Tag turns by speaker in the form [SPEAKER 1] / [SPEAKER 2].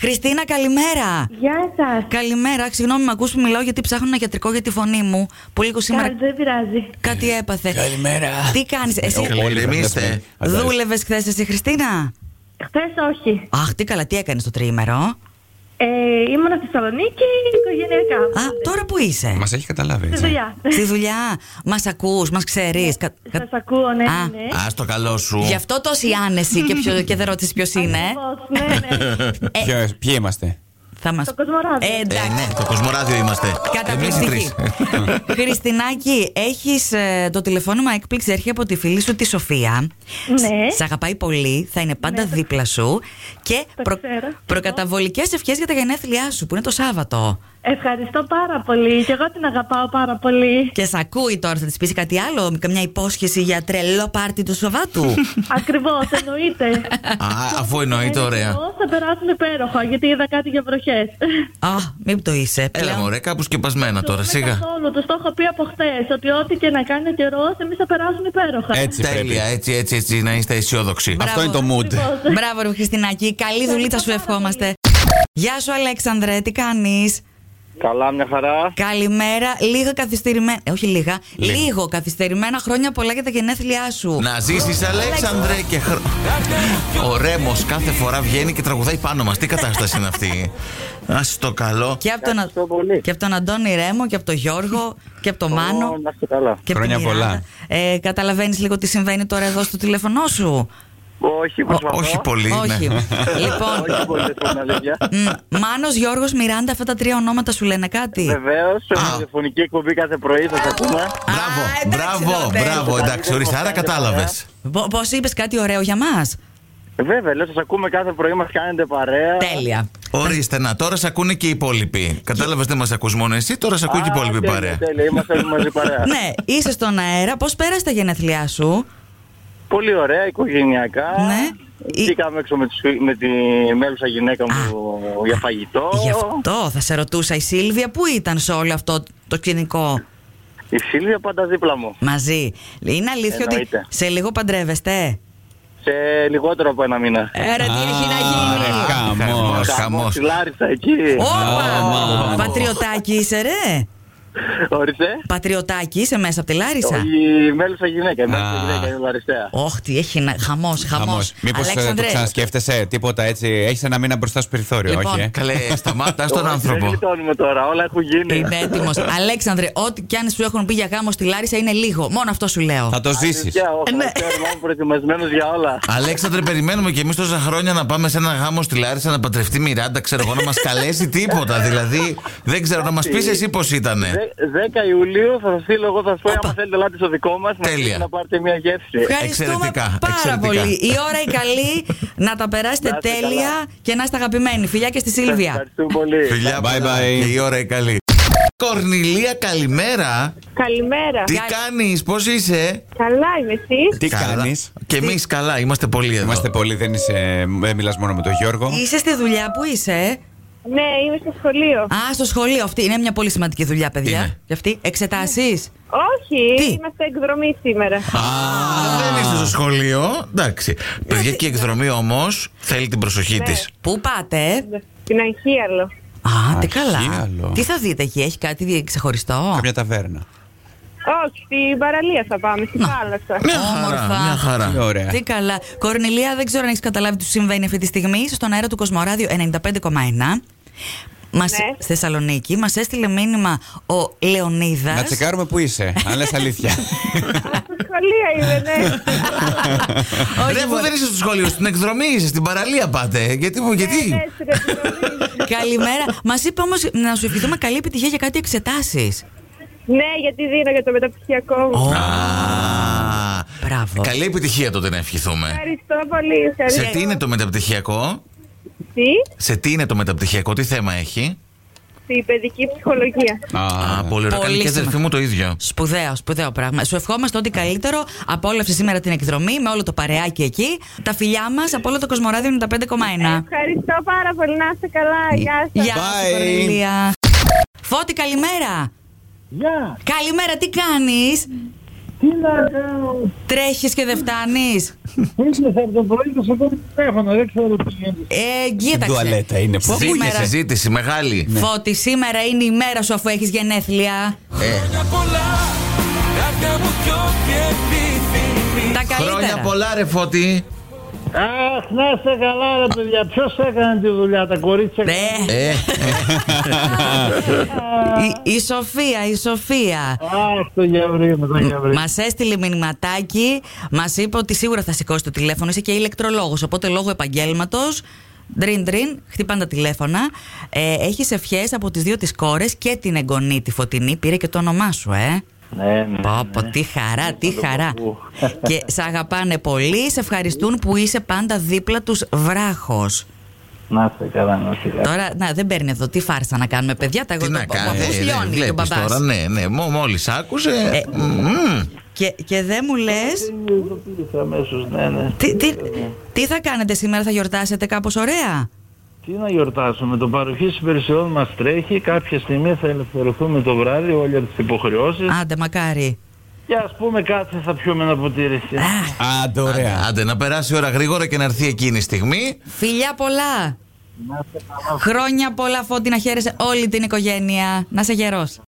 [SPEAKER 1] Χριστίνα, καλημέρα.
[SPEAKER 2] Γεια σας.
[SPEAKER 1] Καλημέρα. Συγγνώμη, με ακούς που μιλάω γιατί ψάχνω ένα γιατρικό για τη φωνή μου. Που λίγο σήμερα
[SPEAKER 2] Δεν πειράζει.
[SPEAKER 1] κάτι έπαθε.
[SPEAKER 3] Καλημέρα. Ε,
[SPEAKER 1] Τι κάνεις, Ε, εσύ
[SPEAKER 4] Ε,
[SPEAKER 3] Ο-
[SPEAKER 5] Πολεμήστε.
[SPEAKER 1] δούλευες χθες, εσύ, Χριστίνα.
[SPEAKER 2] Χθες όχι.
[SPEAKER 1] Αχ, τι καλά, τι έκανες το τριήμερο.
[SPEAKER 2] Ε, ήμουν στη Θεσσαλονίκη οικογενειακά.
[SPEAKER 1] Α, τώρα που είσαι.
[SPEAKER 5] Μας έχει καταλάβει.
[SPEAKER 2] Στη
[SPEAKER 5] έτσι.
[SPEAKER 2] δουλειά.
[SPEAKER 1] Στη δουλειά. Μας ακούς, μας ξέρεις.
[SPEAKER 2] Σας ακούω, ναι,
[SPEAKER 1] Α,
[SPEAKER 2] ναι.
[SPEAKER 3] Α το καλό σου.
[SPEAKER 1] Γι' αυτό τόση άνεση και, ποιο, και δεν ρώτησες ποιος είναι.
[SPEAKER 2] Ακριβώς, ναι, ναι.
[SPEAKER 1] Ε.
[SPEAKER 4] Ποιος- Ποιοι είμαστε.
[SPEAKER 1] Θα μας.
[SPEAKER 2] Το Κοσμοράδιο.
[SPEAKER 1] Ε,
[SPEAKER 3] Ε,
[SPEAKER 1] εντάξει.
[SPEAKER 3] ναι, το Κοσμοράδιο είμαστε.
[SPEAKER 1] Καταπληκτική. Χριστινάκη, έχεις το τηλεφώνημα έκπληξη. Έρχεται από τη φίλη σου τη Σοφία.
[SPEAKER 2] Ναι.
[SPEAKER 1] Σ' αγαπάει πολύ, θα είναι πάντα δίπλα σου. Και
[SPEAKER 2] Το ξέρω.
[SPEAKER 1] προκαταβολικές ευχές για τα γενέθλιά σου που είναι το Σάββατο.
[SPEAKER 2] Ευχαριστώ πάρα πολύ. Και εγώ την αγαπάω πάρα πολύ.
[SPEAKER 1] Και σ' ακούει τώρα, θα της πεις κάτι άλλο, καμιά υπόσχεση για τρελό πάρτι του Σαββάτου.
[SPEAKER 2] Ακριβώς, εννοείται.
[SPEAKER 3] Α, αφού εννοείται, Ε, ωραία.
[SPEAKER 2] Εγώ θα περάσουμε υπέροχα, γιατί είδα κάτι για βροχές.
[SPEAKER 1] Α, μην το είσαι.
[SPEAKER 3] Έλα
[SPEAKER 1] πλέον.
[SPEAKER 3] μωρέ, κάπου σκεπασμένα τώρα, σιγά.
[SPEAKER 2] Καθόλου, του το έχω πει από χθες. Ότι ό,τι και να κάνει ο καιρός, εμείς θα περάσουμε υπέροχα.
[SPEAKER 3] Ε,
[SPEAKER 4] Έτσι πρέπει.
[SPEAKER 3] Τέλεια, έτσι, έτσι, έτσι, να είστε αισιόδοξοι.
[SPEAKER 1] Μπράβο.
[SPEAKER 4] Αυτό είναι το mood.
[SPEAKER 2] Ακριβώς.
[SPEAKER 1] Μπράβο, ρε Χριστινάκη. Καλή δουλίτσα σου ευχόμαστε. Γεια σου, Αλέξανδρε, τι κάνεις.
[SPEAKER 6] Καλά, μια χαρά.
[SPEAKER 1] Καλημέρα. Λίγα καθυστερημένα. ε, Όχι λίγα. Λίγο.
[SPEAKER 3] Λίγο.
[SPEAKER 1] καθυστερημένα χρόνια πολλά για τα γενέθλιά σου.
[SPEAKER 3] Να ζήσει, Αλέξανδρε, και χρο... Ο Ρέμος κάθε φορά βγαίνει και τραγουδάει πάνω μας. Τι κατάσταση είναι αυτή. Ας το καλό.
[SPEAKER 1] Και από, τον... Α-
[SPEAKER 6] Ευχαριστώ πολύ.
[SPEAKER 1] και από τον Αντώνη Ρέμο και από τον Γιώργο και από τον Μάνο.
[SPEAKER 6] Ω, Να είστε καλά.
[SPEAKER 1] Και από την
[SPEAKER 4] Χρόνια πολλά.
[SPEAKER 1] Μιράντα. Ε, Καταλαβαίνεις λίγο τι συμβαίνει τώρα εδώ στο τηλέφωνό σου.
[SPEAKER 6] Όχι, προσπαθώ.
[SPEAKER 3] Όχι πολύ. ναι.
[SPEAKER 1] Όχι. λοιπόν.
[SPEAKER 6] Όχι πολύ, στην αλήθεια.
[SPEAKER 1] Μάνος, Γιώργος, Μιράντα, αυτά τα τρία ονόματα σου λένε κάτι.
[SPEAKER 6] Βεβαίως,
[SPEAKER 3] Α.
[SPEAKER 6] ραδιοφωνική εκπομπή κάθε πρωί θα σα πούμε.
[SPEAKER 3] Μπράβο,
[SPEAKER 1] εντάξει,
[SPEAKER 3] μπράβο,
[SPEAKER 1] τότε.
[SPEAKER 3] μπράβο. Εντάξει, ορίστε, άρα κατάλαβε.
[SPEAKER 1] Πώς είπες κάτι ωραίο για μας.
[SPEAKER 6] Βέβαια, λέω, σας ακούμε κάθε πρωί, μας κάνετε παρέα.
[SPEAKER 1] Τέλεια.
[SPEAKER 3] Ορίστε να, τώρα σε ακούνε και οι υπόλοιποι. Κατάλαβες, δεν μας ακούς μόνο εσύ, τώρα σε ακούει και η
[SPEAKER 6] Α,
[SPEAKER 3] υπόλοιπη
[SPEAKER 6] τέλεια,
[SPEAKER 3] παρέα.
[SPEAKER 6] Τέλεια, είμαστε όλοι μαζί παρέα.
[SPEAKER 1] ναι, είσαι στον αέρα. Πώς πέρασε τα γενέθλιά σου,
[SPEAKER 6] Πολύ ωραία, οικογενειακά.
[SPEAKER 1] Ναι.
[SPEAKER 6] Βγήκαμε έξω με, τους- με τη μέλουσα γυναίκα μου για φαγητό.
[SPEAKER 1] Γι' αυτό θα σε ρωτούσα η Σίλβια που ήταν σε όλο αυτό το σκηνικό
[SPEAKER 6] Η Σίλβια πάντα δίπλα μου.
[SPEAKER 1] μαζί. Είναι αλήθεια ότι
[SPEAKER 6] Εννοείται.
[SPEAKER 1] σε λίγο παντρεύεστε.
[SPEAKER 6] Σε λιγότερο από ένα μήνα.
[SPEAKER 1] Έρε τι έχει να
[SPEAKER 4] Άρε,
[SPEAKER 1] γίνει.
[SPEAKER 4] χαμός.
[SPEAKER 3] χαμός.
[SPEAKER 6] Στη Λάρισα εκεί.
[SPEAKER 1] Όπα!
[SPEAKER 4] Αμάν.
[SPEAKER 1] Πατριωτάκι είσαι ρε.
[SPEAKER 6] Ορίστε.
[SPEAKER 1] Πατριωτάκι είσαι μέσα από τη Λάρισα.
[SPEAKER 6] Η μέλουσα γυναίκα, η μέλουσα
[SPEAKER 4] Α.
[SPEAKER 6] γυναίκα, η Λαριστέα.
[SPEAKER 1] Όχι, τι έχει να... χαμός, χαμός.
[SPEAKER 4] Χαμός. Μήπως ε, το ξανασκέφτεσαι τίποτα έτσι. Έχεις ένα μήνα μπροστά στο περιθώριο,
[SPEAKER 1] Λοιπόν.
[SPEAKER 4] όχι. ε.
[SPEAKER 3] Καλέ, σταμάτα
[SPEAKER 6] Όχι,
[SPEAKER 3] τον
[SPEAKER 6] Δεν
[SPEAKER 3] άνθρωπο.
[SPEAKER 6] γλιτώνουμε τώρα, όλα έχουν γίνει.
[SPEAKER 1] είναι έτοιμος. Αλέξανδρε, ό,τι κι αν σου έχουν πει για γάμο στη Λάρισα είναι λίγο. Μόνο αυτό σου λέω.
[SPEAKER 4] Θα το ζήσεις.
[SPEAKER 6] Αλήθεια, όχι,
[SPEAKER 1] Ναι.
[SPEAKER 6] ξέρουμε, είμαι προετοιμασμένος για όλα.
[SPEAKER 3] Αλέξανδρε, περιμένουμε και εμείς τόσα χρόνια να πάμε σε ένα γάμο στη Λάρισα να παντρευτεί Μιράντα. Ξέρω εγώ να μας καλέσει τίποτα. Δηλαδή, δεν ξέρω να μας πεις εσύ πώς ήταν.
[SPEAKER 6] Δε- 10 Ιουλίου θα σας στείλω εγώ, θα σας πω, άμα θέλετε, ελάτε στο δικό μας
[SPEAKER 3] Τέλεια.
[SPEAKER 6] να πάρετε μια γεύση.
[SPEAKER 1] Ευχαριστούμε
[SPEAKER 3] Εξαιρετικά,
[SPEAKER 1] πάρα
[SPEAKER 3] εξαιρετικά.
[SPEAKER 1] πολύ. Η ώρα η καλή, να τα περάσετε
[SPEAKER 6] Να είστε
[SPEAKER 1] τέλεια
[SPEAKER 6] καλά.
[SPEAKER 1] και να είστε αγαπημένοι. Φιλιά και στη
[SPEAKER 6] Σας
[SPEAKER 1] Σίλβια.
[SPEAKER 6] Ευχαριστούμε πολύ.
[SPEAKER 3] Φιλιά,
[SPEAKER 4] Bye,
[SPEAKER 3] πολλά.
[SPEAKER 4] bye.
[SPEAKER 3] Και η ώρα η καλή. Κορνηλία, καλημέρα.
[SPEAKER 2] Καλημέρα.
[SPEAKER 3] Τι κάνεις, πώς είσαι.
[SPEAKER 2] Καλά είμαι εσύ.
[SPEAKER 4] Τι
[SPEAKER 3] Καλά.
[SPEAKER 4] κάνεις.
[SPEAKER 3] Και εμείς καλά, είμαστε πολύ εδώ.
[SPEAKER 4] Είμαστε πολλοί, δεν είσαι, δεν μιλάς μόνο με τον Γιώργο.
[SPEAKER 1] Είσαι στη δουλειά που είσαι.
[SPEAKER 2] Ναι, είμαι στο σχολείο.
[SPEAKER 1] Α, στο σχολείο. Αυτή είναι μια πολύ σημαντική δουλειά, παιδιά.
[SPEAKER 3] Είναι.
[SPEAKER 1] Και αυτή. Εξετάσεις.
[SPEAKER 6] Ναι.
[SPEAKER 2] Όχι,
[SPEAKER 1] Τι?
[SPEAKER 2] είμαστε εκδρομή σήμερα.
[SPEAKER 3] Α, δεν είστε στο σχολείο. Εντάξει. Παιδιά και η εκδρομή όμως θέλει την προσοχή
[SPEAKER 2] Ναι.
[SPEAKER 3] της.
[SPEAKER 1] Πού πάτε. ε?
[SPEAKER 2] Στην Αγχίαλο.
[SPEAKER 1] Α, τι
[SPEAKER 4] Α,
[SPEAKER 1] καλά.
[SPEAKER 4] χιάλο.
[SPEAKER 1] Τι θα δείτε εκεί, έχει κάτι δι- ξεχωριστό.
[SPEAKER 4] Καμιά ταβέρνα.
[SPEAKER 2] Όχι, στην παραλία θα πάμε, στη θάλασσα.
[SPEAKER 3] Μια
[SPEAKER 1] Όμορφα.
[SPEAKER 3] χαρά, μια
[SPEAKER 4] Τι
[SPEAKER 3] χαρά.
[SPEAKER 4] Ωραία.
[SPEAKER 1] Τι καλά. Κορνηλία, δεν ξέρω αν έχεις καταλάβει τι σου συμβαίνει αυτή τη στιγμή. Είσαι στον αέρα του Κοσμοράδιο 95,1. Μας,
[SPEAKER 2] Ναι.
[SPEAKER 1] Στη Θεσσαλονίκη μας έστειλε μήνυμα ο Λεωνίδας.
[SPEAKER 4] Να τσεκάρουμε που είσαι, αν λες αλήθεια.
[SPEAKER 2] Στο σχολείο είμαι, ναι.
[SPEAKER 3] Ρε, αφού δεν είσαι στο σχολείο, στην εκδρομή είσαι, στην παραλία πάτε. Γιατί, μου- γιατί.
[SPEAKER 2] Ναι, στην εκδρομή.
[SPEAKER 1] Καλημέρα. Μας είπε όμως να σου ευχηθούμε καλή επιτυχία για κάτι εξετάσεις.
[SPEAKER 2] Ναι, γιατί δίνω για το μεταπτυχιακό μου.
[SPEAKER 3] Α,
[SPEAKER 1] Μπράβο.
[SPEAKER 3] Καλή επιτυχία τότε να ευχηθούμε.
[SPEAKER 2] Ευχαριστώ πολύ.
[SPEAKER 3] Σε
[SPEAKER 2] ευχαριστώ.
[SPEAKER 3] τι είναι το μεταπτυχιακό,
[SPEAKER 2] Τι?
[SPEAKER 3] σε τι είναι το μεταπτυχιακό, τι θέμα έχει.
[SPEAKER 2] Στη παιδική ψυχολογία.
[SPEAKER 3] Α, πολύ ωραία.
[SPEAKER 1] Πολύ
[SPEAKER 3] Κάνει και η αδερφή
[SPEAKER 1] σημαντικό.
[SPEAKER 3] μου το ίδιο.
[SPEAKER 1] Σπουδαίο, σπουδαίο πράγμα. Σου ευχόμαστε ό,τι καλύτερο. Απόλαυσε σήμερα την εκδρομή με όλο το παρεάκι εκεί. Τα φιλιά μας από όλο το Κοσμοράδιο 95,1.
[SPEAKER 2] Ευχαριστώ πάρα πολύ. Να είστε καλά. Γεια σας.
[SPEAKER 1] Γεια σου,
[SPEAKER 4] Bye.
[SPEAKER 1] Κορνελία. Φώτη, καλημέρα.
[SPEAKER 6] Γεια.
[SPEAKER 1] Καλημέρα, τι κάνεις.
[SPEAKER 5] Τι να κάνω.
[SPEAKER 1] Τρέχεις και δεν φτάνεις.
[SPEAKER 5] Κλείσε από το πρωί και σε κόβει το τηλέφωνο. Δεν ξέρω τι γίνεται.
[SPEAKER 1] Ε, κοίταξε.
[SPEAKER 4] τουαλέτα είναι που
[SPEAKER 1] Φοβούμαι.
[SPEAKER 3] Ζήτηση,
[SPEAKER 1] Σήμερα.
[SPEAKER 3] συζήτηση μεγάλη.
[SPEAKER 1] Φώτη, σήμερα είναι η μέρα σου αφού έχεις γενέθλια.
[SPEAKER 3] Ε.
[SPEAKER 7] Χρόνια πολλά, καρδιά μου κι ό,τι επιθυμείς.
[SPEAKER 1] Τα
[SPEAKER 3] Χρόνια
[SPEAKER 1] καλύτερα.
[SPEAKER 3] πολλά, ρε φώτη.
[SPEAKER 5] Αχ, να είστε καλά, ρε παιδιά. Ποιος έκανε τη δουλειά, τα κορίτσια.
[SPEAKER 1] Ναι.
[SPEAKER 3] Ε,
[SPEAKER 1] Η, η Σοφία, η Σοφία.
[SPEAKER 5] Αχ, το γευρί μου, το γευρί.
[SPEAKER 1] Μας έστειλε μηνυματάκι, μας είπε ότι σίγουρα θα σηκώσει το τηλέφωνο. Είσαι και ηλεκτρολόγος. Οπότε λόγω επαγγέλματος. Ντριν ντριν, χτυπάνε τα τηλέφωνα. Ε, Έχεις ευχές από τις δύο τη κόρες και την εγγονή τη φωτεινή. Πήρε και το όνομά σου, ε.
[SPEAKER 5] Ναι, ναι.
[SPEAKER 1] Πω, πω, τι χαρά, τι χαρά. και σε αγαπάνε πολύ, σε ευχαριστούν που είσαι πάντα δίπλα τους βράχος.
[SPEAKER 5] Ε. Να είστε καλά, να είστε καλά.
[SPEAKER 1] Τώρα, να, δεν παίρνει εδώ τι φάρσα να κάνουμε, παιδιά. Τα εγώ
[SPEAKER 3] τι
[SPEAKER 1] το
[SPEAKER 3] να
[SPEAKER 1] παππούς
[SPEAKER 3] κάνει. ε, δεν
[SPEAKER 1] λιώνει τον
[SPEAKER 3] βλέπεις
[SPEAKER 1] μπαμπάς.
[SPEAKER 3] τώρα, ναι, ναι. Μόλις άκουσε.
[SPEAKER 1] Ε.
[SPEAKER 3] μμμ.
[SPEAKER 1] Και, και δεν μου
[SPEAKER 5] Ε,
[SPEAKER 1] λες,
[SPEAKER 5] Ειδοποίησα αμέσως, ναι, ναι.
[SPEAKER 1] τι, τι, τι θα κάνετε σήμερα, θα γιορτάσετε κάπως ωραία.
[SPEAKER 5] Τι να γιορτάσουμε, το παροχή υπηρεσιών μας τρέχει, κάποια στιγμή θα ελευθερωθούμε το βράδυ όλοι από τις υποχρεώσεις
[SPEAKER 1] Άντε, μακάρι.
[SPEAKER 5] και ας πούμε κάτι θα πιούμε ένα ποτήρι.
[SPEAKER 1] Α,
[SPEAKER 4] Άντε,
[SPEAKER 3] Άντε,
[SPEAKER 4] ωραία.
[SPEAKER 3] άντε, να περάσει η ώρα γρήγορα και να έρθει εκείνη η στιγμή.
[SPEAKER 1] φιλιά πολλά. Χρόνια πολλά, Φώτη, να χαίρεσαι όλη την οικογένεια. Να σε γερός.